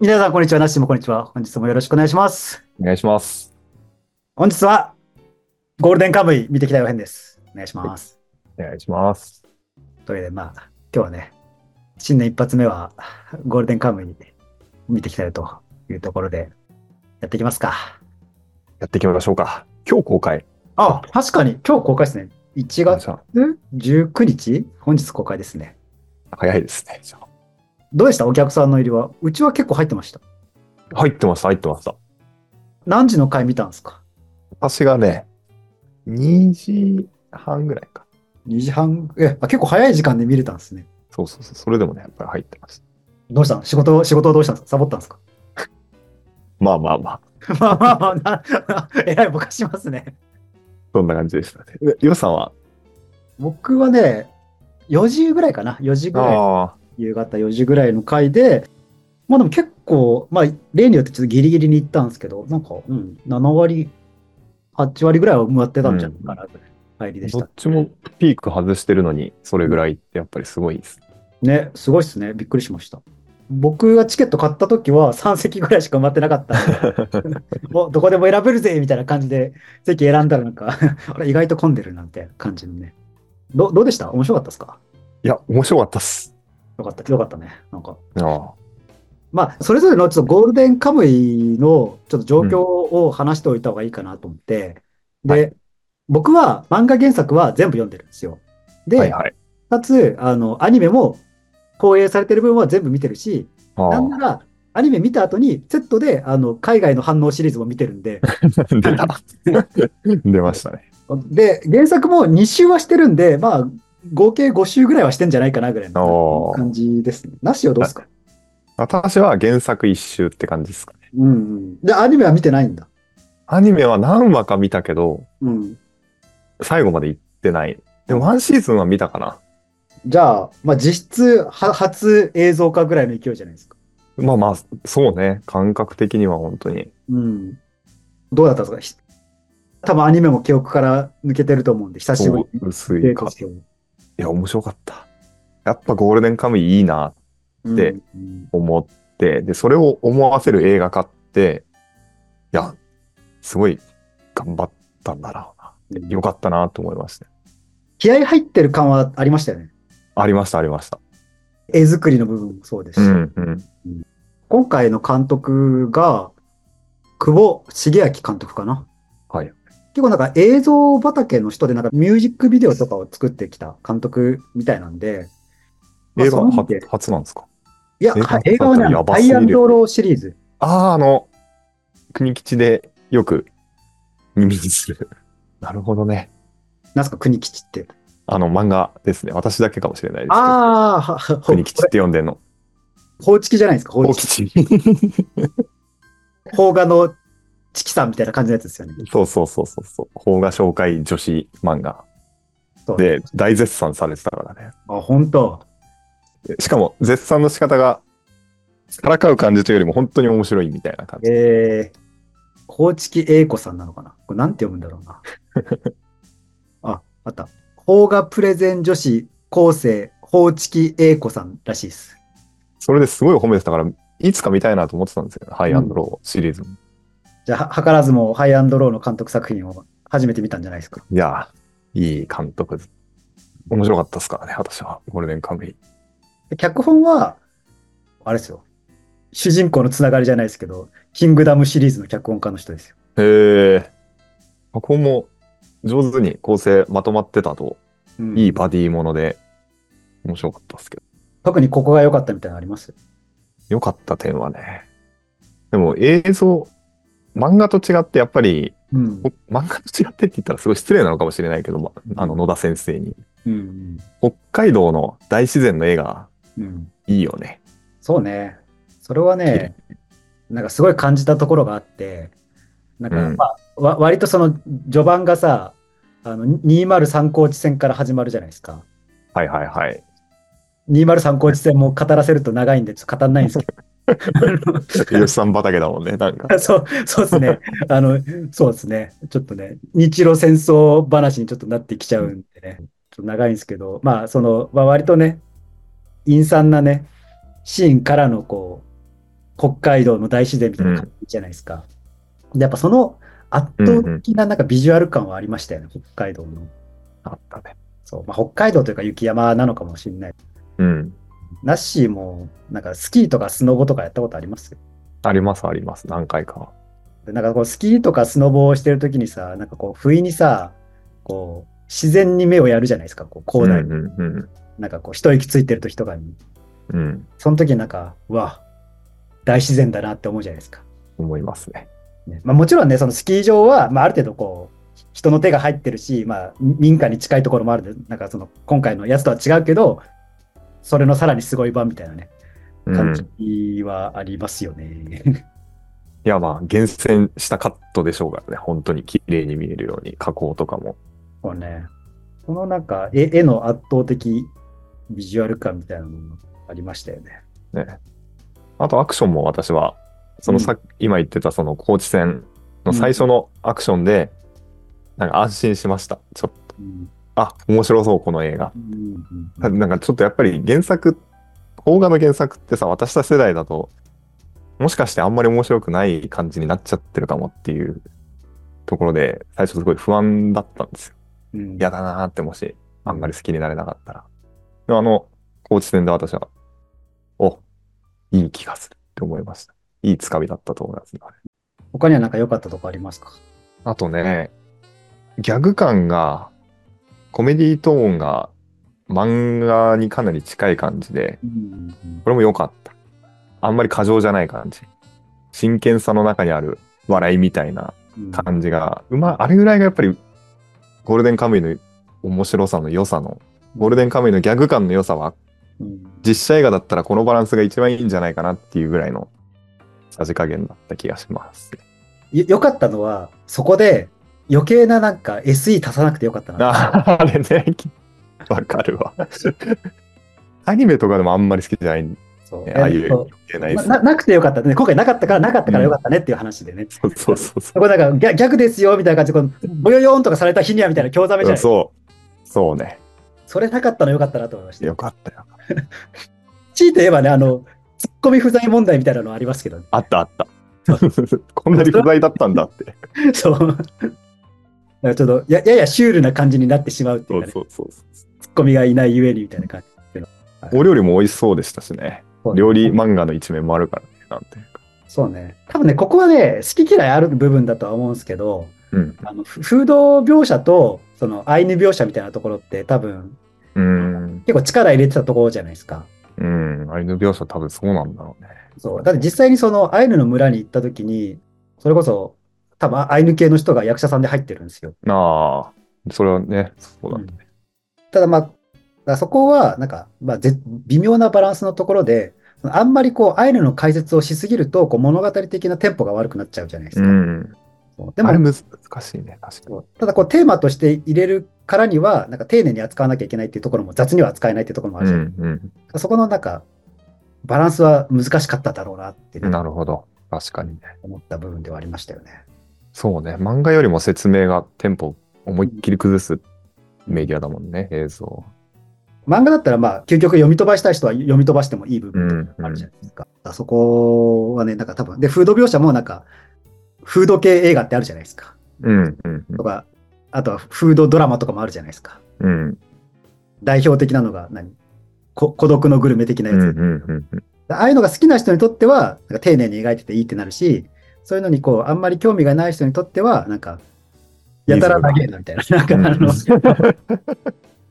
皆さん、こんにちは。なっしーもこんにちは。本日もよろしくお願いします。お願いします。本日は、ゴールデンカムイ見てきたよ編です。お願いします。お願いします。というわけで、まあ、今日はね、新年一発目は、ゴールデンカムイ見てきたよというところで、やっていきますか。やっていきましょうか。今日公開。あ、確かに、今日公開ですね。1月さん19日本日公開ですね。早いですね。じゃどうでしたお客さんの入りは。うちは結構入ってました。あ入ってました、入ってました。何時の回見たんですか私がね、2時半ぐらいか。 ?2 時半。え、あ結構早い時間で見れたんですね。そうそうそう。それでもね、やっぱり入ってました。どうしたの仕事、仕事はどうしたんですかサボったんですかまあまあまあ、まあまあまあな、 えらいぼかしますね。そんな感じでしたね。えようさんは僕はね、4時ぐらいかな。4時ぐらい。ああ、夕方4時ぐらいの回で、まあでも結構、まあ例によってちょっとギリギリに行ったんですけど、なんか、うん、7割、8割ぐらいは埋まってたんじゃないかな、ぐらいの入りでしどたっ。ちもピーク外してるのに、それぐらいってやっぱりすごいです。ね、すごいっすね。びっくりしました。僕がチケット買った時は3席ぐらいしか埋まってなかったんで もうどこでも選べるぜみたいな感じで席選んだらなんか あれ意外と混んでるなんて感じのねどどうでした面白かったですかいや、面白かったっす。よかったよかったねなんかあまあ、それぞれのちょっとゴールデンカムイのちょっと状況を話しておいた方がいいかなと思って、うで、んはい僕は漫画原作は全部読んでるんですよ。あ、で、はいはい。かつあの、アニメも放映されてる分は全部見てるし、あなあん、なら、アニメ見た後に、セットであの海外の反応シリーズも見てるんで、 出 た。出ましたね。で、原作も2週はしてるんで、まあ、合計5週ぐらいはしてんじゃないかなぐらいおのー感じですね。なしはどうですか私は原作一周って感じですかね。うんうん。で、アニメは見てないんだ。アニメは何話か見たけど、うん。最後まで行ってない。でも、ワンシーズンは見たかな。じゃあ、まあ、実質は、初映像化ぐらいの勢いじゃないですか。まあまあ、そうね。感覚的には本当に。うん。どうだったんですかひ多分アニメも記憶から抜けてると思うんで、久しぶそりう、薄にデいートかし。ても。いや、面白かった。やっぱゴールデンカムイいいなとでうんうん思って、で、それを思わせる映画化って、いや、すごい頑張ったんだろうな。よかったなと思いました。気合入ってる感はありましたよね。ありました、ありました。絵作りの部分もそうですうし、ん、うん。今回の監督が、久保茂明監督かな。はい。結構なんか映像畑の人で、なんかミュージックビデオとかを作ってきた監督みたいなんで、まあ映そ画の意味初で初なんですかいや、映画はい映画はね、やばアすぎイるアンドローシリーズ。ああ、あの、国吉でよく耳にする。 なるほどね。なんすか、国吉って。あの漫画ですね。私だけかもしれないですけど。ああ、はは国吉っこて呼んでんの。れ法吉じゃないですか、法大吉。吉。 邦画のチキさんみたいな感じのやつですよね。そうそうそうそうそう。邦画紹介女子漫画そうで大絶賛されてたからね。あ、本当しかも絶賛の仕方が、からかう感じというよりも本当に面白いみたいな感じ。えー、法吉英子さんなのかなこれなんて読むんだろう な。あ、あった。邦画プレゼン女子高生、法吉英子さんらしいです。それですごい褒めてたから、いつか見たいなと思ってたんですよ。ハイアンドローシリーズも。じゃあ、は図らずもハイアンドローの監督作品を初めて見たんじゃないですか。いやー、いい監督。面白かったですからね、私は。ゴールデンカムイ。で脚本は、あれですよ。主人公のつながりじゃないですけど、キングダムシリーズの脚本家の人ですよ。へえ。ここも上手に構成まとまってたと、うんいいバディもので、面白かったですけど。特にここが良かったみたいなのあります良かった点はね。でも映像、漫画と違ってやっぱり、うんお。漫画と違ってって言ったらすごい失礼なのかもしれないけど、まあの野田先生に。うん。北海道の大自然の絵がうん。いいよね。そうね。それはね、なんかすごい感じたところがあって、なんか、うんまあ、わ割とその序盤がさ、あの203高地戦から始まるじゃないですか。はいはいはい。 203高地戦も語らせると長いんで、ちょっと語んないんですけど。 吉さん畑だもん ね、なん か。そう、そうですね。あの、そうですね。ちょっとね、日露戦争話にちょっとなってきちゃうんでね、ちょっと長いんですけど、まあ、その、まあ、割とね、陰惨なね、シーンからのこう、北海道の大自然みたいな感じじゃないですか。で、やっぱその圧倒的ななんかビジュアル感はありましたよね、北海道の。あったね。そう、まあ、北海道というか雪山なのかもしれない。うん。ナッシーも、なんかスキーとかスノボとかやったことありますあります、あります。何回か。でなんかこうスキーとかスノボをしてるときにさ、なんかこう不意にさ、こう自然に目をやるじゃないですか、こうう広ん、う大に、ん、なんかこう一息ついてるときとかに、うん。うん。その時になんか、うわ、大自然だなって思うじゃないですか。思いますね。ねまあ、もちろんね、そのスキー場は、まあ、ある程度こう、人の手が入ってるし、まあ、民家に近いところもあるんで、なんかその今回のやつとは違うけど、それのさらにすごい版みたいなね、うん。感いじはありますよね。や、まあ、厳選したカットでしょうからね。本当に綺麗に見えるように、加工とかも。こうね、このなんか絵絵の圧倒的ビジュアル感みたいなのもありましたよね。ね。あと、アクションも私は、そのさ、今言ってた、その高知戦の最初のアクションで、なんか安心しました。ちょっと、うんあ、面白そう、この映画。うんうんうんなんかちょっとやっぱり原作、邦画の原作ってさ、私たち世代だと、もしかしてあんまり面白くない感じになっちゃってるかもっていうところで、最初すごい不安だったんですよ。うん嫌だなーって、もし、あんまり好きになれなかったら。でもあの、高知戦で私は、お、いい気がするって思いました。いいつかみだったと思いますね、あれ他にはなんか良かったとこありますかあとね、ギャグ感が、コメディートーンが漫画にかなり近い感じで、うんうんこれも良かった。あんまり過剰じゃない感じ。真剣さの中にある笑いみたいなうん感じが、うまあれぐらいがやっぱりゴールデンカムイの面白さの良さの、ゴールデンカムイのギャグ感の良さは、うん実写映画だったらこのバランスが一番いいんじゃないかなっていうぐらいのさじ加減だった気がします。よ良かったのは、そこで余計ななんか SE 足さなくて良かったな。ああれね、わかるわ。アニメとかでもあんまり好きじゃないんで、そうああいうそ余計ないうですななくてよかったね。今回なかったからなかったからよかったねっていう話でね。そうそうそうそうそこなんか逆逆ですよみたいな感じでこの、ぼよよんとかされた日にはみたいな興ざめじゃなんういそそう。そうね。それなかったのよかったなと思いました。よかったよ。強いて言えばね、あの、ツッコミ不在問題みたいなのありますけどね。 あったあった。 こんなに不在だったんだって。そう。だからちょっとや、ややシュールな感じになってしまうっていうかね、そう そうそう。ツッコミがいないゆえにみたいな感じ。お料理も美味しそうでしたしね。料理漫画の一面もあるからね。なんていうか。そうね。多分ね、ここはね、好き嫌いある部分だとは思うんですけど、うん。あの、ふ風土描写と、その、アイヌ描写みたいなところって多分、うん。結構力入れてたところじゃないですか。うん。アイヌ描写多分そうなんだろうね。そう。だって実際にその、アイヌの村に行った時に、それこそ、多分、アイヌ系の人が役者さんで入ってるんですよ。ああ。それはね、そうだね。ただまあ、だからそこは、なんか、まあ、ぜ微妙なバランスのところで、あんまりこう、アイヌの解説をしすぎると、こう物語的なテンポが悪くなっちゃうじゃないですうか。ん。そうででもあれも、難しいね。確かに。ただこう、テーマとして入れるからには、なんか丁寧に扱わなきゃいけないっていうところも、雑には扱えないっていうところもあうるじゃないん。ですか。そこのなんか、バランスは難しかっただろうなってうん。なるほど。確かにね。思った部分ではありましたよね。そうね。漫画よりも説明がテンポ思いっきり崩すメディアだもんね。映像。漫画だったら、まあ、究極読み飛ばしたい人は読み飛ばしてもいい部分とかあるじゃないですか。だからそこはね、なんか多分、で、フード描写もなんか、フード系映画ってあるじゃないですか。うん。うん。とか、あとはフードドラマとかもあるじゃないですか。うん。代表的なのが何こ孤独のグルメ的なうん。うやんつ。。うん。ああいうのが好きな人にとっては、なんか丁寧に描いてていいってなるし、そういうのにこう、あんまり興味がない人にとっては、なんか、やたら長えなみたいな。なんかあの、だ か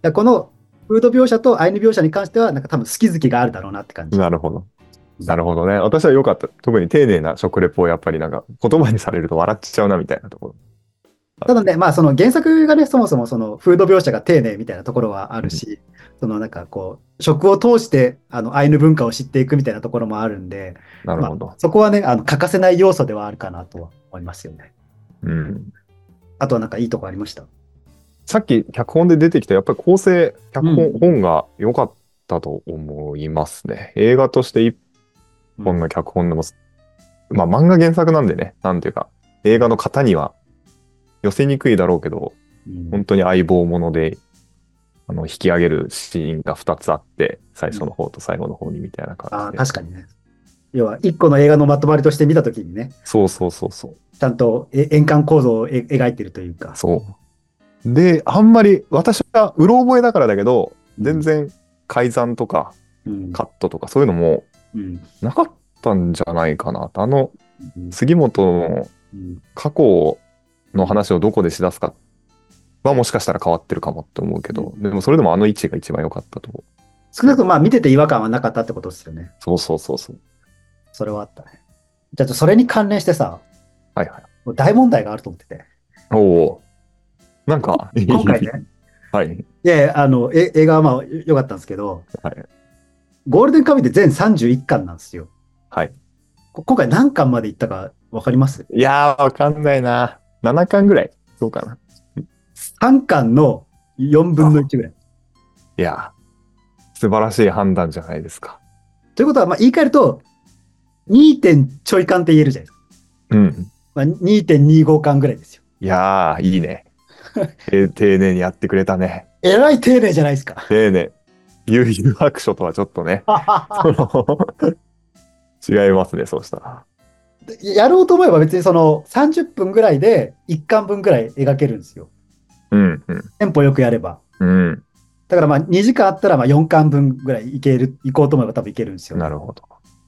らこのフード描写とアイヌ描写に関しては、なんか多分好き好きがあるだろうなって感じ。なるほど。なるほどね。私は良かった。特に丁寧な食レポをやっぱりなんか言葉にされると笑っちゃうなみたいなところ。ただね、まあその原作がね、そもそもそのフード描写が丁寧みたいなところはあるし、そのなんかこう、食を通してあのアイヌ文化を知っていくみたいなところもあるんで、なるほど。まあそこはね、あの欠かせない要素ではあるかなとは思いますよね。うん。あとはなんかいいとこありました。さっき脚本で出てきたやっぱり構成、脚本,、うん本が良かったと思いますね。映画として一本の脚本でも、まあ漫画原作なんでね、なんていうか、映画の型には寄せにくいだろうけど、うん本当に相棒もので、あの、引き上げるシーンが2つあって、最初の方と最後の方にみたいな感じで。あー確かにね。要は、一個の映画のまとまりとして見たときにね、そうそうそうそう。ちゃんとえ円環構造をえ描いてるというか。そう。で、あんまり私はうろ覚えだからだけど、全然改ざんとかうん。カットとかそういうのもうん。なかったんじゃないかなとあのうん杉本のうん過去の話をどこでしだすかはもしかしたら変わってるかもって思うけど、でもそれでもあの位置が一番良かったと思う。少なくともまあ見てて違和感はなかったってことですよね。そうそうそうそう。それはあったね。じゃあ、それに関連してさ、はいはい。もう大問題があると思ってて。おおー。なん か、今回ね。はい。いやいやあの、え映画はまあよ良かったんですけど、はいゴールデンカムイって全31巻なんですよ。はい。こ今回何巻までいったか分かりますいやー、わかんないな。7巻ぐらい。そうかな。 ?3 巻の4分の1ぐらい。いやー、素晴らしい判断じゃないですか。ということは、まあ、言い換えると、2. 点ちょい巻って言えるじゃないですか。うん。まあ、2.25巻ぐらいですよ。いやー、いい ね。え丁寧にやってくれたね。えらい丁寧じゃないですか。 丁寧。悠々白書とはちょっとね、 その違いますね、そうしたら。やろうと思えば別にその30分ぐらいで1巻分ぐらい描けるんですよ。うん、うん、テンポよくやれば。うん。だからまあ2時間あったらまあ4巻分ぐらいいける、いこうと思えば多分いけるんですよ。なるほど。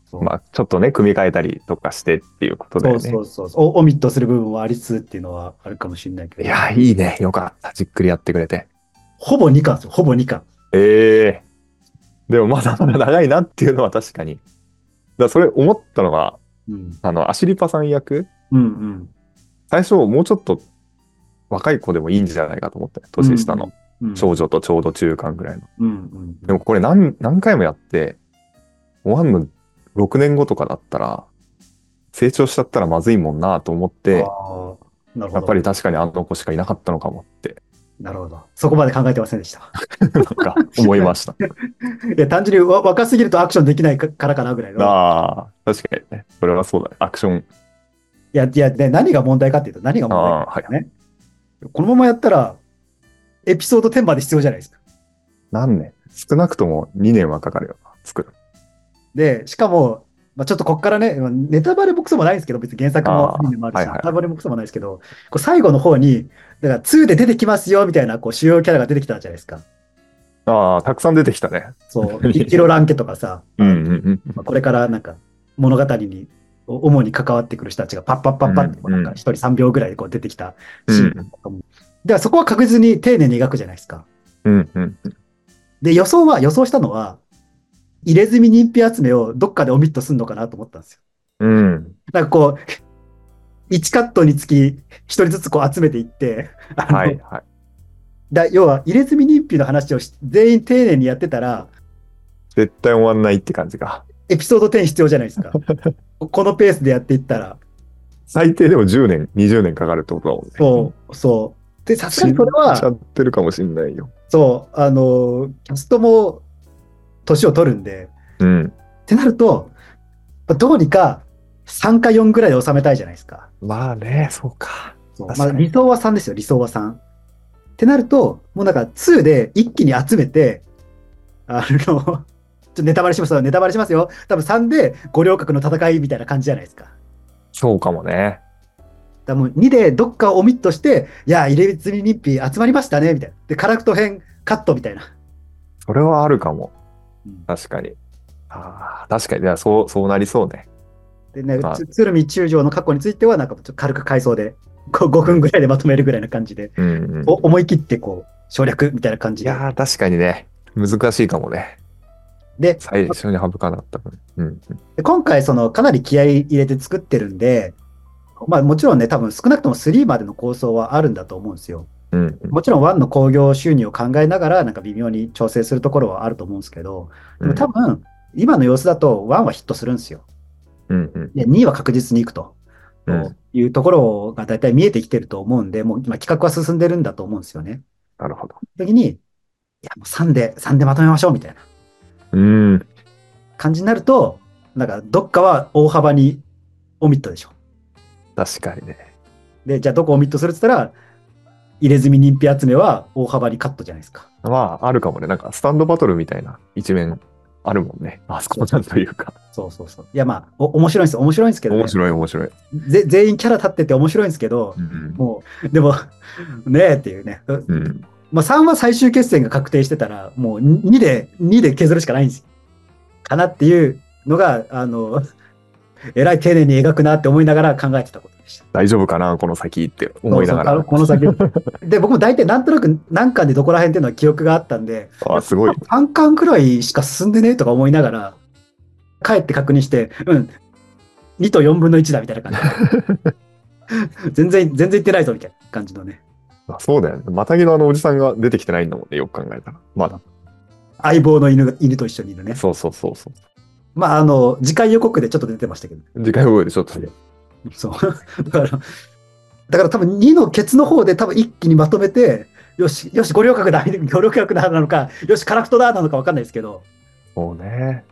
そうまあ、ちょっとね、組み替えたりとかしてっていうことだよそね。うそうそうそうオ。オミットする部分はありつつっていうのはあるかもしれないけど。いやー、いいね。よかった。じっくりやってくれて。ほぼ2巻ですよ。ほぼ2巻。ええでも、まだまだ長いなっていうのは確かに。だからそれ思ったのが、うん。あの、アシリパさん役、うんうん。最初、もうちょっと若い子でもいいんじゃないかと思って、年下の。うん。少女とちょうど中間ぐらいの。うんうん。でもこれ何何回もやって、おわんの6年後とかだったら、成長しちゃったらまずいもんなと思って、あーなるほど。やっぱり確かにあの子しかいなかったのかも って、なるほど。そこまで考えてませんでした。なんか思いました。いや、単純にわ若すぎるとアクションできないかからかなぐらいの。 ああ、確かにね。それはそうだね。アクション。いや、いや、ね、何が問題かっていうと、何があ問題かあ、はい。このままやったら、エピソード10まで必要じゃないですか。何年少なくとも2年はかかるよな。作る。で、しかも、まあ、ちょっとこっからね、まあネタバレボックスもないんですけど、別に原作もあーアニメもあるし、はいはいネタバレボックスもないですけど、こう最後の方に、だから2で出てきますよみたいなこう主要キャラが出てきたじゃないですか。ああ、たくさん出てきたね。 そう、イチロランケとかさ、うんうんまあこれからなんか物語に主に関わってくる人たちがパッパッパッパってこうなんか一人3秒ぐらいでこう出てきたうん。うシーン。んではそこは確実に丁寧に描くじゃないですか。うんうん。で、予想は、予想したのは、入れ墨認否集めをどっかでオミットすんのかなと思ったんですよ。うん。なんかこう、1カットにつき1人ずつこう集めていって、あのはいはい。だ要は入れ墨認否の話をし全員丁寧にやってたら、 絶対終わんないって感じか。エピソード10必要じゃないです か。このペースでやっていったら、最低でも10年、20年かかるってことだもんね。そう、そう。で、さすがにそれ死んじゃは、ってるかもしんないよ。そう、あの、キャストも年を取るんで、うん。ってなると、まあどうにか3か4ぐらいで収めたいじゃないですか。まあね、そうか。そう確まかあ、に理想は3ですよ、理想は3。ってなると、もうなんか2で一気に集めて、あの、ち ょっとネタバレしますよ、ネタバレしますよ。多分3で五稜郭の戦いみたいな感じじゃないですか。だかそうかもね。らもう2でどっかをオミットして、いや、入れ墨日記集まりましたね、みたいな。で、カラクト編カットみたいな。それはあるかもうん。確かに。ああ、確かに。いや、そう、そうなりそうね。でね、まあつ鶴見中将の過去については、なんかちょっと軽く回想で、こう5分ぐらいでまとめるぐらいな感じで、うん、うん。お思い切ってこう、省略みたいな感いじで。やー、確かにね。難しいかもね。で、最初に省かなかった分。うん。で今回、その、かなり気合い入れて作ってるんで、まあもちろんね、多分少なくとも3までの構想はあるんだと思うんですよ。うん。うんもちろん1の興行収入を考えながら、なんか微妙に調整するところはあると思うんですけど、でも多分、今の様子だと1はヒットするんですよ。うんうん。で、2は確実にいくと。うんいうところが大体見えてきてると思うんで、もう今企画は進んでるんだと思うんですよね。なるほど。時に、いや、もう3で、3でまとめましょうみたいなうん。感じになると、なんかどっかは大幅にオミットでしょ。確かにね。で、じゃあどこをオミットするって言ったら、入れ墨認否集めは大幅にカットじゃないですか。まあ、あるかもね。なんか、スタンドバトルみたいな一面あるもんね。あそこちゃんというか。そうそうそう。いや、まあ、お面白いんです。面白いんですけど、ね面、白い面白い。ぜ全員キャラ立ってて面白いんですけどう、ん。もう、でも、ねえっていうね。うん。まあ、3は最終決戦が確定してたら、もう2で、2で削るしかないんですよ。かなっていうのが、あの、えらい丁寧に描くなって思いながら考えてたことでした。大丈夫かなこの先って思いながそうそら。う このこの先。で、僕も大体なんとなく何巻でどこら辺っていうのは記憶があったんで、あすごい。 3巻くらいしか進んでねえとか思いながら、帰って確認して、うん、2と4分の1だみたいな感 じ。全然、全然いってないぞみたいな感じのね。あそうだよね。マタギのあのおじさんが出てきてないんだもんね。よく考えたら。まだ。相棒の犬が犬と一緒にいるね。そうそうそうそまあ、あの、次回予告でちょっと出てましたけど、う。次回覚えでちょっとね。そう。だ から、だから多分2のケツの方で多分一気にまとめて、よし、よし、五稜郭だ、 五稜郭だなのか、よし、カラクトだなのかわかんないですけど、そうね。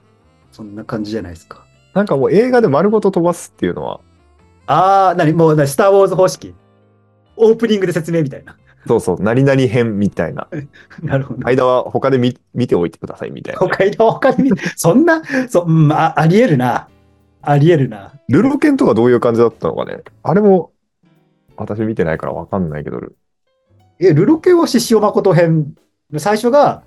そんな感じじゃないですか。なんかもう映画で丸ごと飛ばすっていうのは、あー、なに、もうなに、スター・ウォーズ方式。オープニングで説明みたいな。 そうそう、何々編みたいな。なるほど。間は他で見見ておいてくださいみたいな。他に、他に、そんな、そうん、あありえるな。ありえるな。ルロケンとかどういう感じだったのかね。あれも、私見てないからわかんないけど、え、ルロケは獅子王誠編。最初が、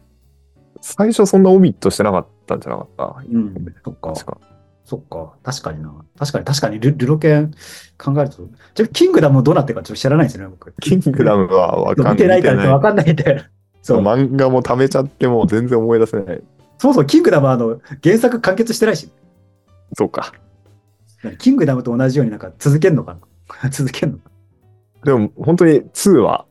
最初そんなオミットしてなかったんじゃなかったうん、そっか。確か。そっか、確かにな。確かに、確かにル、ルロケン考えると。ちなみに、キングダムどうなってるかちょっと知らないですね、僕。キングダムはわかんない。見てないからってわかんないんだよ。そそうう。漫画も貯めちゃってもう全然思い出せない。そもそもキングダムはあの原作完結してないし、そうか。キングダムと同じようになんか続けんのかな 続けんのかでも本当に2は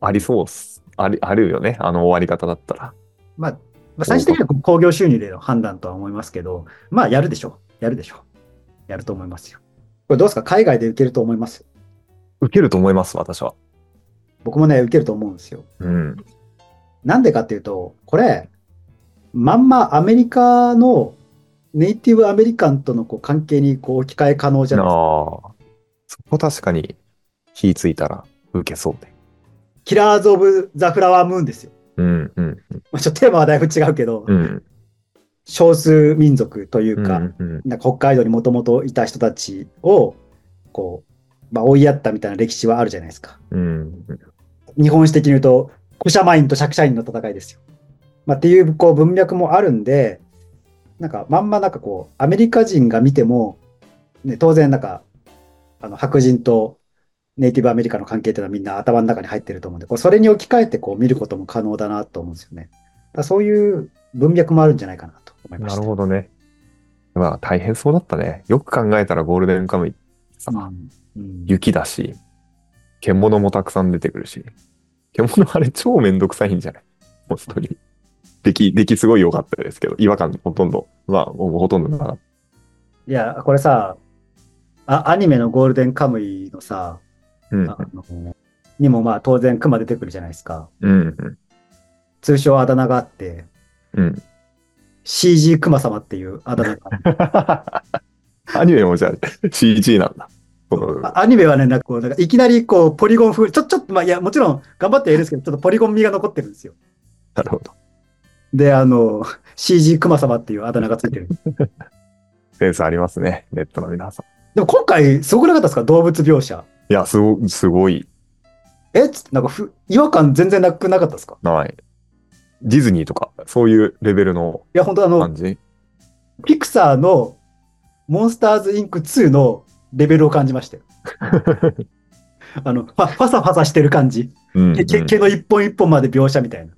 ありそうっす。あり、あるよね。あの終わり方だったら。まあ、まあ、最終的には興行収入での判断とは思いますけど、まあ、やるでしょう。やるでしょう。やると思いますよ。これどうですか海外で受けると思います。受けると思います、私は。僕もね、受けると思うんですよ。うん。なんでかっていうと、これ、まんまアメリカのネイティブアメリカンとのこう関係にこう置き換え可能じゃなないあですか。ー。そこ確かに火ついたら受けそうね。キラーズ・オブ・ザ・フラワームーンですよ。うん、うん、まあ、ちょっとテーマはだいぶ違うけど、うん。、少数民族といううんうか、んうん。なんか北海道にもともといた人たちをこう、まあ、追いやったみたいな歴史はあるじゃないですか。うん、日本史的に言うと、古社マインと釈社員の戦いですよ。まあ、っていうこう文脈もあるんで、なんかまんまなんかこう、アメリカ人が見ても、ね、当然なんか、あの白人とネイティブアメリカの関係っていうのはみんな頭の中に入ってると思うんで、こうそれに置き換えてこう見ることも可能だなと思うんですよね。だからそういう文脈もあるんじゃないかなと思いまなした。るほどね。まあ大変そうだったね。よく考えたらゴールデンカムイさ、うんうん雪だし、獣もたくさん出てくるし、獣あれ超めんどくさいんじゃない本当に。出来、出来すごい良かったですけど、違和感ほとんど、まあもうほとんどなかっいや、これさ、あアニメのゴールデンカムイのさ、た。うんあのにもまあ当然熊出てくるじゃないですか。うんうん通称あだ名があって、うん CG 熊様っていうあだ名があるアニメもじゃあ CG なんだ。このあアニメはね、なんかこう、なんかいきなりこう、ポリゴン風、ちょ、ちょっと、まあ、いや、もちろん頑張ってはいるんですけど、ちょっとポリゴン味が残ってるんですよ。なるほど。で、あの、CG 熊様っていうあだ名がついてる。センスありますね、ネットの皆さでも今回、すごくなかったですか動物描写。ん。いや、すごすごい。えつなんかふ、違和感全然なくなかったですかない。ディズニーとか、そういうレベルのいや、本当あの、感じピクサーのモンスターズインク2のレベルを感じましたよ。あの、ファファサファサしてる感じ。うん毛毛の一本一本まで描写みたいな。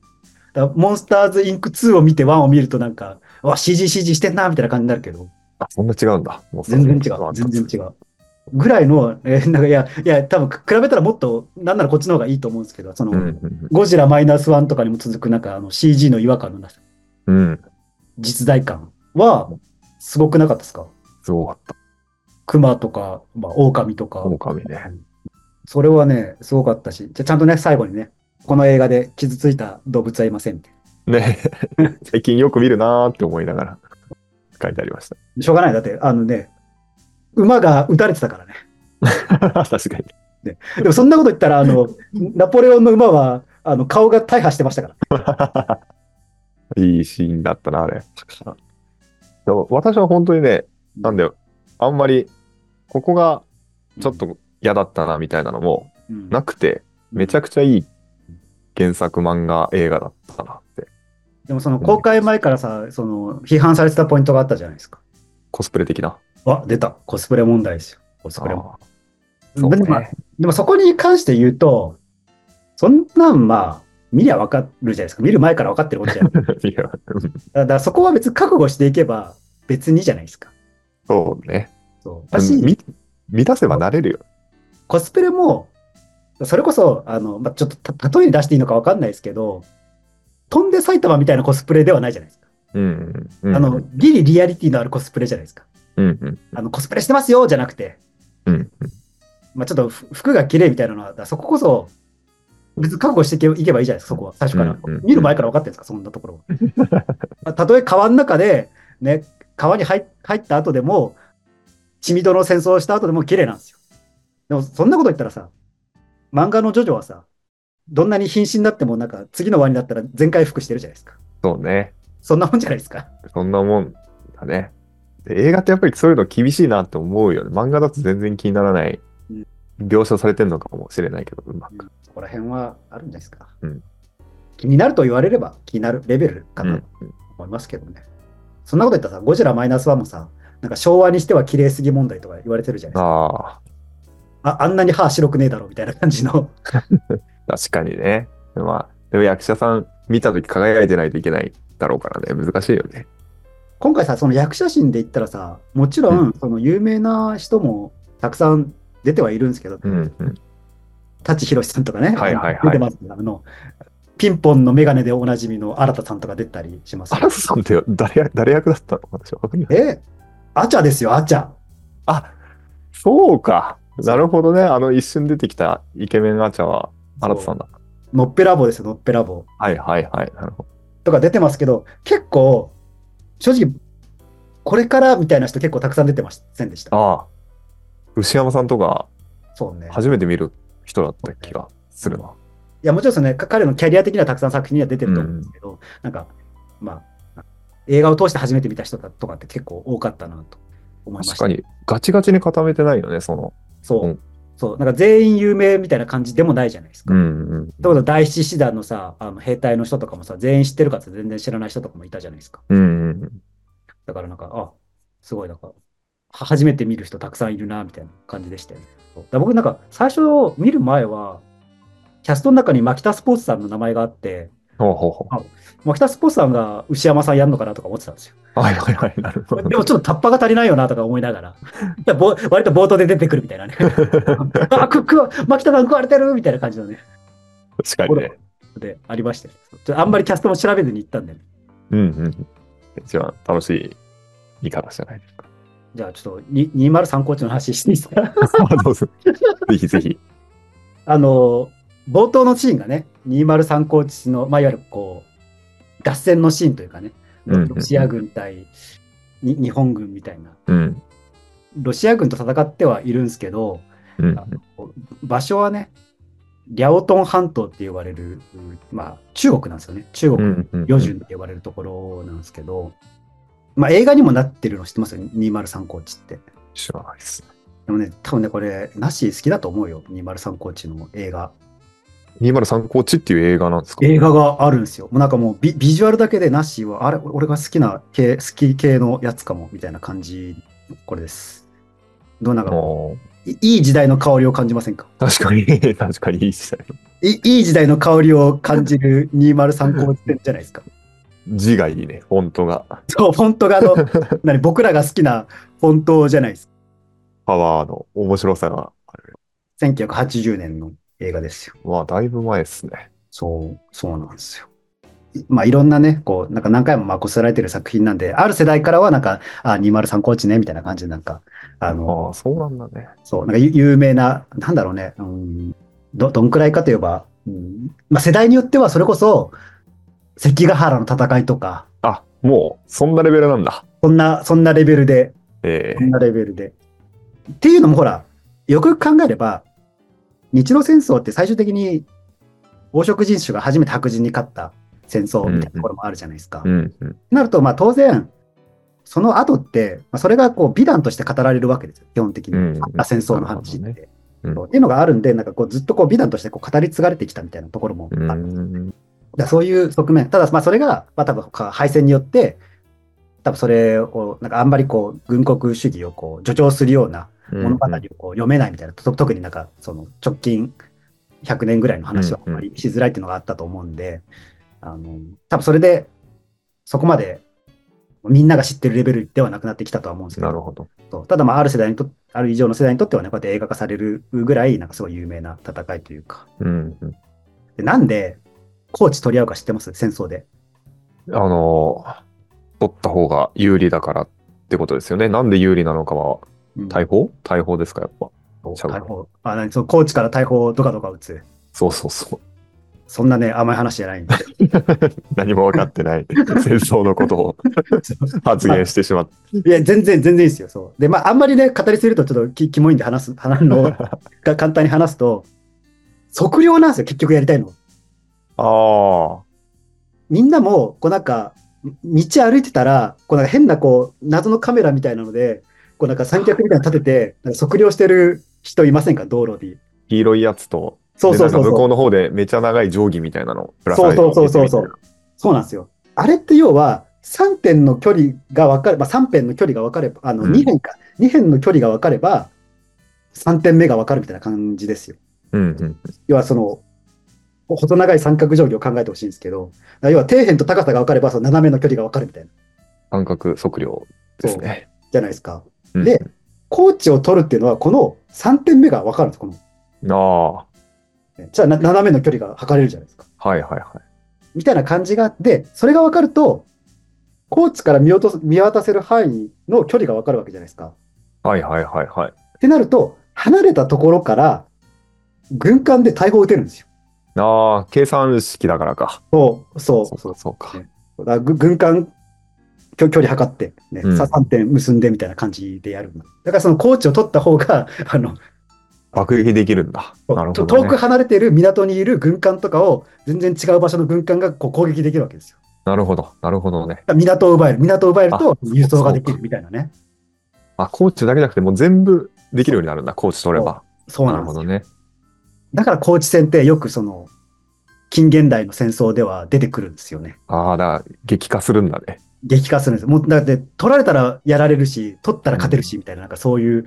だからモンスターズインク2を見て1を見るとなんか、うわ、CG、CG してんな、みたいな感じになるけど、あ、そんな違うんだ。もう全然違。そう全然違う。ぐらいの、えーなんかいや、いや、多分比べたらもっと、なんならこっちの方がいいと思うんですけど、その、うんうんゴジラマイナスワンとかにも続くなんかあの CG の違和感のなさ、うん。うん。実在感は、すごくなかったですかすごかった。熊とか、まあ、狼とか、狼ね。それはね、すごかったし、じゃちゃんとね、最後にね、この映画で傷ついた動物はいませんって。ね 最近よく見るなーって思いながら書いてありまししょうがない。だって、あのね、馬が撃たれてたからね。 た。 確かに。でもそんなこと言ったら、あの、ナポレオンの馬は、あの、顔が大破してましたから。 いいシーンだったな、あれ。でも私は本当にね、なんだよ。よ、あんまり、ここがちょっと嫌だったなみたいなのもうん、なくて、めちゃくくちゃいい原作漫画映画だったなって。でもその公開前からさ、その批判されてたポイントがあったじゃないですか。コスプレ的な。わ、出た。コスプレ問題ですよ。コスプレ問題あーそうねでもまあでもそこに関して言うと、そんなんまあ、見りゃ分かるじゃないですか。見る前から分かってることじゃない。 だか いやうんらだからそこは別に覚悟していけば別にじゃないですか。そうね。そう。私、見見出せばなれるよ。コスプレも、それこそ、あの、まあ、ちょっとた例えに出していいのか分かんないですけど、飛んで埼玉みたいなコスプレではないじゃないですか。うんうんうん。あの、ギリリアリティのあるコスプレじゃないですか。うんうんあの、コスプレしてますよじゃなくて、うんまあ、ちょっとふ服が綺麗みたいなのは、だからそここそ、別に覚悟していけいけばいいじゃないですか、そこは、最初から。うんうんうん見る前から分かってるんですか、そんなところは。まあたとえ川の中で、ね、川に入入った後でも、血みどろの戦争をした後でも綺麗なんですよ。でも、そんなこと言ったらさ、漫画のジョジョはさ、どんなに瀕死になっても、なんか、次の輪になったら全回復してるじゃないですか。そうね。そんなもんじゃないですか。そんなもんだね。で映画ってやっぱりそういうの厳しいなって思うよね。漫画だと全然気にならないうん。描写されてるのかもしれないけど、うまく。そこら辺はあるんじゃないですか。うん気になると言われれば、気になるレベルかうなん思いますけどね。そんなこと言ったらさ、ゴジラマイナスワンもさ、なんか昭和にしては綺麗すぎ問題とか言われてるじゃないですか。あああんなに歯白くねえだろみたいな感じの。 あ、確かにね。まあ、でも役者さん見たとき輝いてないといけないだろうからね。難しいよね。今回さ、その役者陣で言ったらさ、もちろうんその有名な人もたくさん出てはいるんですけど、うんうん。舘ひろしさんとかね、はいはいはいあの出てますけどあの、ピンポンのメガネでおなじみの新田さんとか出たりします ア。ラスさんって誰誰役だったの私はわかんない。えアチャですよ、アチャ。あそうか。なるほどね。あの一瞬出てきたイケメンアーチャーは、アラトさんだ。のっぺらぼうですよ、のっぺらぼう。はいはいはい。なるほど。とか出てますけど、結構、正直、これからみたいな人結構たくさん出てませんでした。ああ。牛山さんとか、そうね。初めて見る人だった気がするな。いや、もちろんそのね、か彼のキャリア的にはたくさん作品には出てると思うんですけど、なんか、まあ、映画を通して初めて見た人だとかって結構多かったなと思いました。確かに、ガチガチに固めてないよね、その。そう、うんそう。なんか全員有名みたいな感じでもないじゃないですか。んうん。ってことは第七師団のさ、あの兵隊の人とかもさ、全員知ってるかって全然知らない人とかもいたじゃないですか。うんうん。だからなんか、あ、すごいなんか、は初めて見る人たくさんいるな、みたいな感じでしたよね。そうだから僕なんか、最初見る前は、キャストの中にマキタスポーツさんの名前があって、ほうほうほマキタスポーツさんが牛山さんやるのかなとか思ってたんです よ。う。はいはいはい。なるほど。でもちょっとタッパが足りないよなとか思いながら、 いやぼ割と冒頭で出てくるみたいなね。 あ、く、く、マキタさん食われてるみたいな感じのね、確かにね。でありましたよちょっとあんまりキャストも調べずに行ったんで、ね、うんうん。一番楽しい言い方じゃ ないですか。じゃあちょっとに203コーチの話していいですかどうぞ。ぜひぜひ。あの、冒頭のシーンがね、203高地の、まあ、いわゆるこう、合戦のシーンというかね、うんうんうんロシア軍対に日本軍みたいな、うん。ロシア軍と戦ってはいるんですけど、うん。場所はね、リャオトン半島って呼ばれる、うんまあ、中国なんですよね。中う国、んうん。旅順って呼ばれるところなんですけど、まあ、映画にもなってるの知ってますよ、203高地って。知らないです。でもね、多分ね、これ、ナッシー好きだと思うよ、203高地の映画。 203コーチっていう映画なんですか映画があるんですよ。もうなんかもうビビジュアルだけでなしは、あれ、俺が好きな系、好き系のやつかも、みたいな感じ、これです。どうなんかこおーう、いいい時代の香りを感じませんか確かに、 確かにいい時代。いいい時代の香りを感じる203号店じゃないですか。字がいいね、フォントが。そう、フォントがあの、何、僕らが好きなフォントじゃないですか。パワーの面白さがある。 1980年の映画ですよ。まあ、だいぶ前ですね。そう、そうなんですよ。いまあ、いろんなね、こう、なんか何回もまあこすられてる作品なんで、ある世代からはなんか、あ、203高地ね、みたいな感じで、なんか、あの、ああ、そうなんだね。そう、なんかゆ有名な、なんだろうね、うん、ど、どんくらいかといえば、うん、まあ世代によってはそれこそ、関ヶ原の戦いとか、あ、もう、そんなレベルなんだ。そんな、そんなレベルで、えそんなレベルで。っていうのもほら、よくよく考えれば、日露戦争って最終的に、黄色人種が初めて白人に勝った戦争みたいなところもあるじゃないですか。えうん、うん。なると、まあ当然、その後って、まあ、それがこう美談として語られるわけですよ、基本的に。うんあった戦争の話って。なるほどうんそうっていうのがあるんで、なんかこうずっとこう美談としてこう語り継がれてきたみたいなところもあるうんですよん。だからそういう側面、ただ、まあ、それが、まあ、多分か敗戦によって、多分それを、なんかあんまりこう、軍国主義をこう助長するような物語をこう読めないみたいな、と特になんか、その直近100年ぐらいの話はあんまりしづらいっていうのがあったと思うんで、あの多分それで、そこまでみんなが知ってるレベルではなくなってきたとは思うんですけど、なるほど。そうただ、まあ、ある世代にとある以上の世代にとってはね、こうやって映画化されるぐらい、なんかすごい有名な戦いというか、うんうん。でなんで、コーチ取り合うか知ってます戦争で。あの、取った方が有利だからってことですよね。なんで有利なのかは、うん大砲大砲ですか、やっぱ。ちゃう逮捕。あ、何そのコーチから逮捕をドカドカ打つ。そうそうそう。そんなね、甘い話じゃないんで。何も分かってない 戦争のことを発言してしまった。いや、全然、全然いいですよ。そう。で、まあ、あんまりね、語りすぎるとちょっときキモいんで話す、話す のが簡単に話すと、測量なんですよ、結局やりたいの。あみんなも、こうなんか、み道歩いてたら、こうなんか変なこう、謎のカメラみたいなので、こうなんか三脚みたいなの立てて、なんか測量してる人いませんか、道路に。あ、黄色いやつと、そうそうそでなんうか向こそうう。の方でめちゃ長い定規みたいなの、ぶら下げてそうそうそうそうそうそうなんですよ。あれって要は、3点の距離が分かれば、3辺の距離が分かれば、あの、うん2辺か、2辺の距離が分かれば、3点目が分かるみたいな感じですよ。うんうん。要はその、細長い三角定規を考えてほしいんですけど、要は底辺と高さが分かれば、その斜めの距離が分かるみたいな、感覚測量ですね。じゃないですか。うんで、コーチを取るっていうのは、この3点目が分かるんです、この。ああ、はじゃあ、な斜めの距離が測れるじゃないですか。いはいはみたいな感じがあって、それが分かると、コーチから見落とす見渡せる範囲の距離が分かるわけじゃないですか。い。はいはいはいはい。ってなると、離れたところから軍艦で大砲を撃てるんですよ。ああ、計算式だからか。そう、そう。そうかそうか。だからぐ軍艦距距離測って、ねうんさ3点結んでみたいな感じでやる。だからそのコーチを取った方が、 あの、爆撃できるんだ。なるほど、ね。遠く離れている港にいる軍艦とかを全然違う場所の軍艦がこう攻撃できるわけですよ。なるほど。なるほどねだ。から港を奪える。港を奪えるとあ輸送ができそうるみたいなね。あ、コーチだけじゃなくて、もう全部できるようになるんだ。コーチ取れば。そうななるんでほすよどね。だから高知戦ってよくその近現代の戦争では出てくるんですよね。ああ、だから激化するんだね。激化するんです。もうだって取られたらやられるし、取ったら勝てるしみたいな、なんかそういう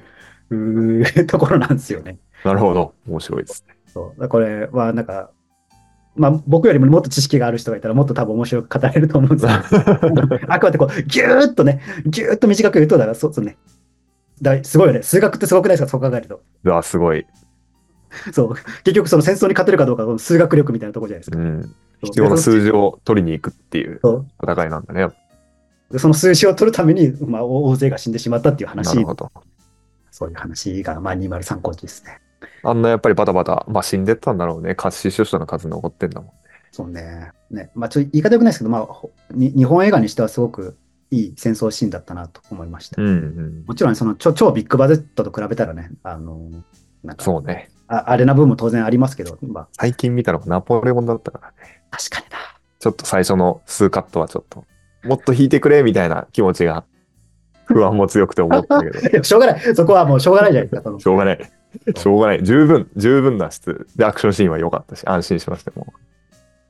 うー ところなんですよね。なるほど。面白いですね。そうだからこれはなんか、まあ、僕よりももっと知識がある人がいたらもっと多分面白く語れると思 うんですけどあくまでこうギューッとね、ギューッと短く言うと、だからそうそうね。だすごいよね。数学ってすごくないですか、そう考えると。うわ、すごい。そう。結局、その戦争に勝てるかどうか、この数学力みたいなところじゃないですうか。ん。そう必要な数字を取りに行くっていうそう戦いなんだね。でその数字を取るために、まあ、大大勢が死んでしまったっていうな話る、ほど。そういう話が、まあ、203コーチですね。あんなやっぱりバタバタ、まあ死んでったんだろうね。活死出所の数残ってんだもん。そうね。ねまあ、ちょっと言い方よくないですけど、まあ、ほに日本映画にしてはすごくいい戦争シーンだったなと思いました。うんうん。もちろん、その超超ビッグバジェットと比べたらね、あの、なんかそうね。あ、アレな部分も当然ありますけど、まあ、最近見たのがナポレオンだったからね。確かにな。ちょっと最初の数カットはちょっと、もっと引いてくれみたいな気持ちが、不安も強くて思ったけど。いやしょうがない。 そこはもうしょうがないじゃないですか。そのしょうがない。しょうがない。十分、十分な質。で、アクションシーンは良かったし、安心しましたも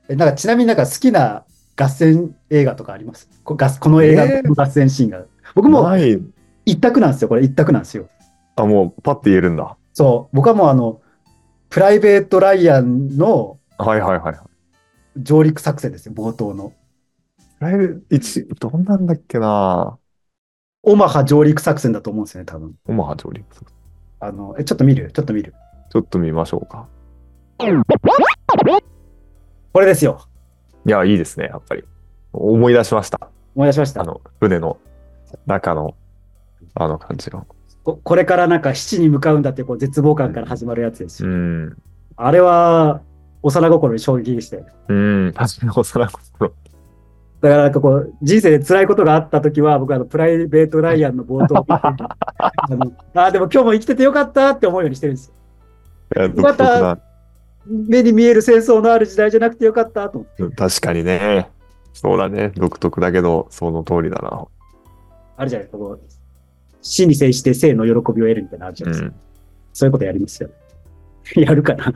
えなんかちなみになんか好きな合戦映画とかありますこ合この映画えの合戦シーンが。う。僕もうない。一択なんですよ。これ一択なんですよ。あ、もう、パッて言えるんだ。そう、僕はもうあの、プライベート・ライアンのはいはいはい。上陸作戦ですよ、冒頭の。ライブ、一、どんなんだっけなオマハ上陸作戦だと思うんですよね、多分。オマハ上陸。あの、え、ちょっと見るちょっと見る。ちょっと見ましょうか。これですよ。いや、いいですね、やっぱり。思い出しました。思い出しましあた。の、船の中の、あの感じの。ここれからなんか死地に向かうんだっていうこう絶望感から始まるやつですうよ。ん。あれは、幼心に衝撃して。うん。初めの幼い頃。だからなんかこう、人生で辛いことがあった時は、僕はあの、プライベート・ライアンの冒 頭を見てあのあー、でも今日も生きててよかったって思うようにしてるんですよ。いや独ま特たな目に見える戦争のある時代じゃなくてよかったと思って。うん確かにね。そうだね。独特だけど、その通りだな。あるじゃないですか。こう死に制して生の喜びを得るみたいなのあるじゃうないですか。ん。そういうことやりますよ。やるか な。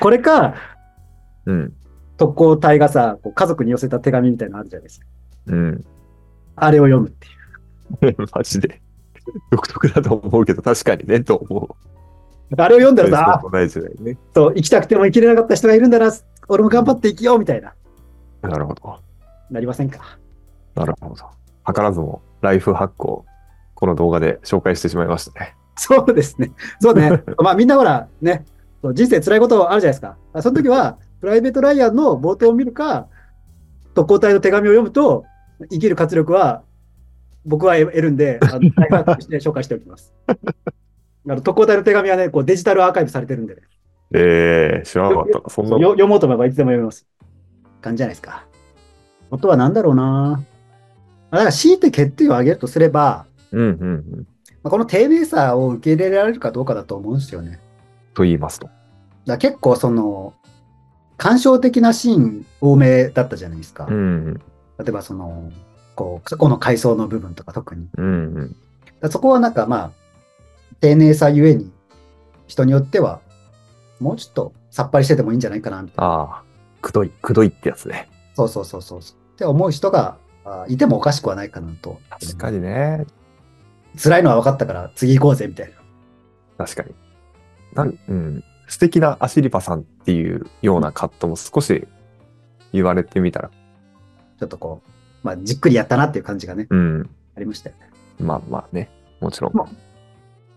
これか、うん。特攻隊がさ、こう家族に寄せた手紙みたいなのあるじゃないですか。うん。 あれを読むっていう。マジで。独特だと思うけど、確かにね、と思う。あれを読んだらさ、あそう大事だよね。そう生きたくても生きれなかった人がいるんだな、俺も頑張って生きようみたいな、なるほど。なりませんか。なるほど。図らずも、ライフハックを、この動画で紹介してしまいましたね。 そうですね。そう ね。まあみんなほら、ね、そう人生辛いことあるじゃないですか。あその時は、プライベートライアンの冒頭を見るか、特攻隊の手紙を読むと、生きる活力は僕は得るんで、あの大学として紹介しておき ます。あの特攻隊の手紙はね、こうデジタルアーカイブされてるんで、ね、えー、知らなかった。そんなよ読もうと思えばいつでも読めます。感じじゃないですか。あとは何だろうな。まあだから強いて決定を上げるとすれば、うんうんうん。まあこの丁寧さを受け入れられるかどうかだと思うんですよね。と言いますと。だから結構その、感傷的なシーン多めだったじゃないですか。うん例えばその、こう、過去の回想の部分とか特に。だかうんうん。らそこはなんかまあ、丁寧さゆえに、人によっては、もうちょっとさっぱりしててもいいんじゃないかな、みたいな。ああ、くどい、くどいってやつね。そうそうそうそう。って思う人が、あいてもおかしくはないかなと。確かにね。辛いのは分かったから、次行こうぜ、みたいな。確かに。なん、うん。素敵なアシリパさんっていうようなカットも少し言われてみたら、ちょっとこう、まあ、じっくりやったなっていう感じがね、うん。ありましたよね。まあまあね。もちろん。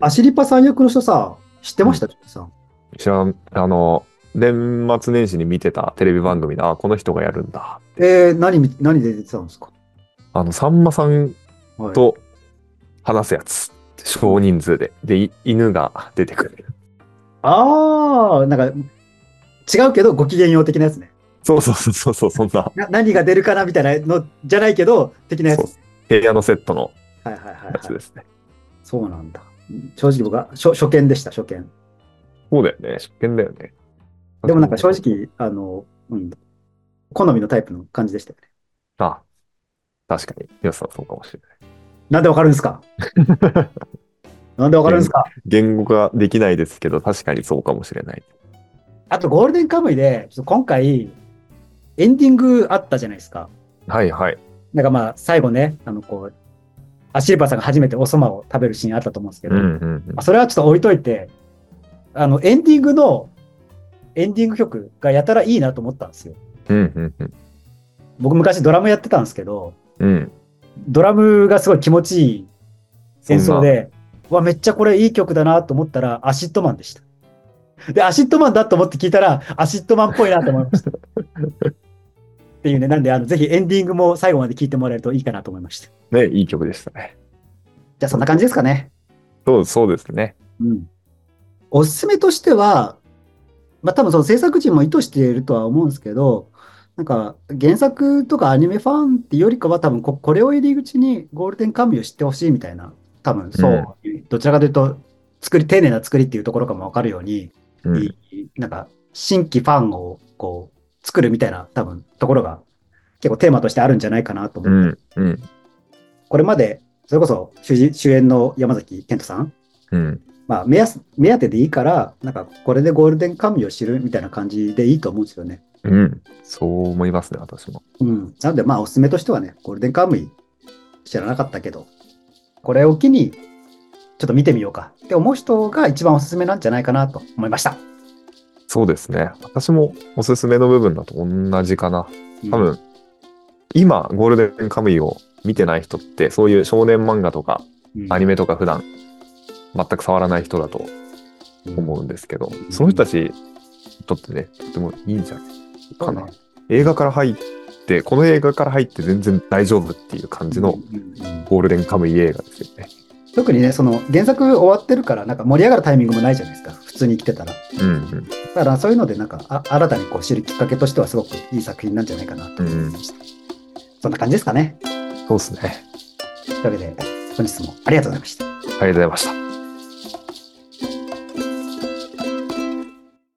アシリパさん役の人さ、知ってました、ちょっとさん。知らん、あの、年末年始に見てたテレビ番組で、あ、この人がやるんだ。えー、何見、何で出てたんですかあの、さんまさんはい、と話すやつ。少人数で。で、い犬が出てくる。 ああ、なんか、違うけど、ご機嫌よう的なやつね。そうそうそうそうそう、そんなな何が出るかなみたいなのじゃないけど、的なやつ。そはう部屋のセットのいはいはい、やつはでい。すね。そうなんだ。正直僕は初初見でした、初見。そうだよね。初見だよね。でもなんか正。直、あの、うん、好みのタイプの感じでしたよね。あ、確かに。皆さんそうかもしれない。なんでわかるんです かなんでわかるんですか言語化できないですけど、確かにそうかもしれない。あとゴールデンカムイで、ちょっと今回、エンディングあったじゃないですか。はいはい。なんかまあ、最後ね、あの、こう、アシルバさんが初めておそばを食べるシーンあったと思うんですけうど、んうまんうんあ、。それはちょっと置いといて、あの、エンディングの、エンディング曲がやたらいいなと思ったんですよ。うんうん僕昔ドラムやってたんですけど、うん。うん。ドラムがすごい気持ちいい演奏そんな。で、うわ、めっちゃこれいい曲だなと思ったら、アシットマンでした。で、アシットマンだと思って聞いたら、アシットマンっぽいなと思いました。っていうね、なんで、あの、ぜひエンディングも最後まで聞いてもらえるといいかなと思いました。じね、いい曲でしたね。ゃあ、そんな感じですかね。そう、そうですね。うん。おすすめとしては、まあ、多分その制作陣も意図しているとは思うんですけど、なんか原作とかアニメファンっていうよりかは多分こ、これを入り口にゴールデンカムイを知ってほしいみたいな、多分そう、どちらかというと、作り、丁寧な作りっていうところかもわかるように、うん。なんか新規ファンをこう、作るみたいな多分ところが結構テーマとしてあるんじゃないかなと思うう。ん。うん。これまで、それこそ主人主演の山崎賢人さんうん。まあ、目安目当てでいいから、なんかこれでゴールデンカムイを知るみたいな感じでいいと思うんですよね。うん。そう思いますね、私も。うん。なので、まあ、おすすめとしてはね、ゴールデンカムイ知らなかったけど、これを機に、ちょっと見てみようかって思う人が一番おすすめなんじゃないかなと思いました。そうですね。私もおすすめの部分だと同じかな。うん多分、今、ゴールデンカムイを見てない人って、そういう少年漫画とかアニメとか普段全く触らない人だとメ思うんですけど、その人たちにとってね、とてもいいんじゃないかな。映画から入って、この映画から入って全然大丈夫っていう感じのゴールデンカムイ映画ですよね。特にね、その原作終わってるから、なんか盛り上がるタイミングもないじゃないですか、普通に来てたら。うんだからそういうので、なんかあ新たにこう知るきっかけとしては、すごくいい作品なんじゃないかなと思いました。そんな感じですかね。うん。そうですね。というわけで、本日もありがとうございました。ありがとうございました。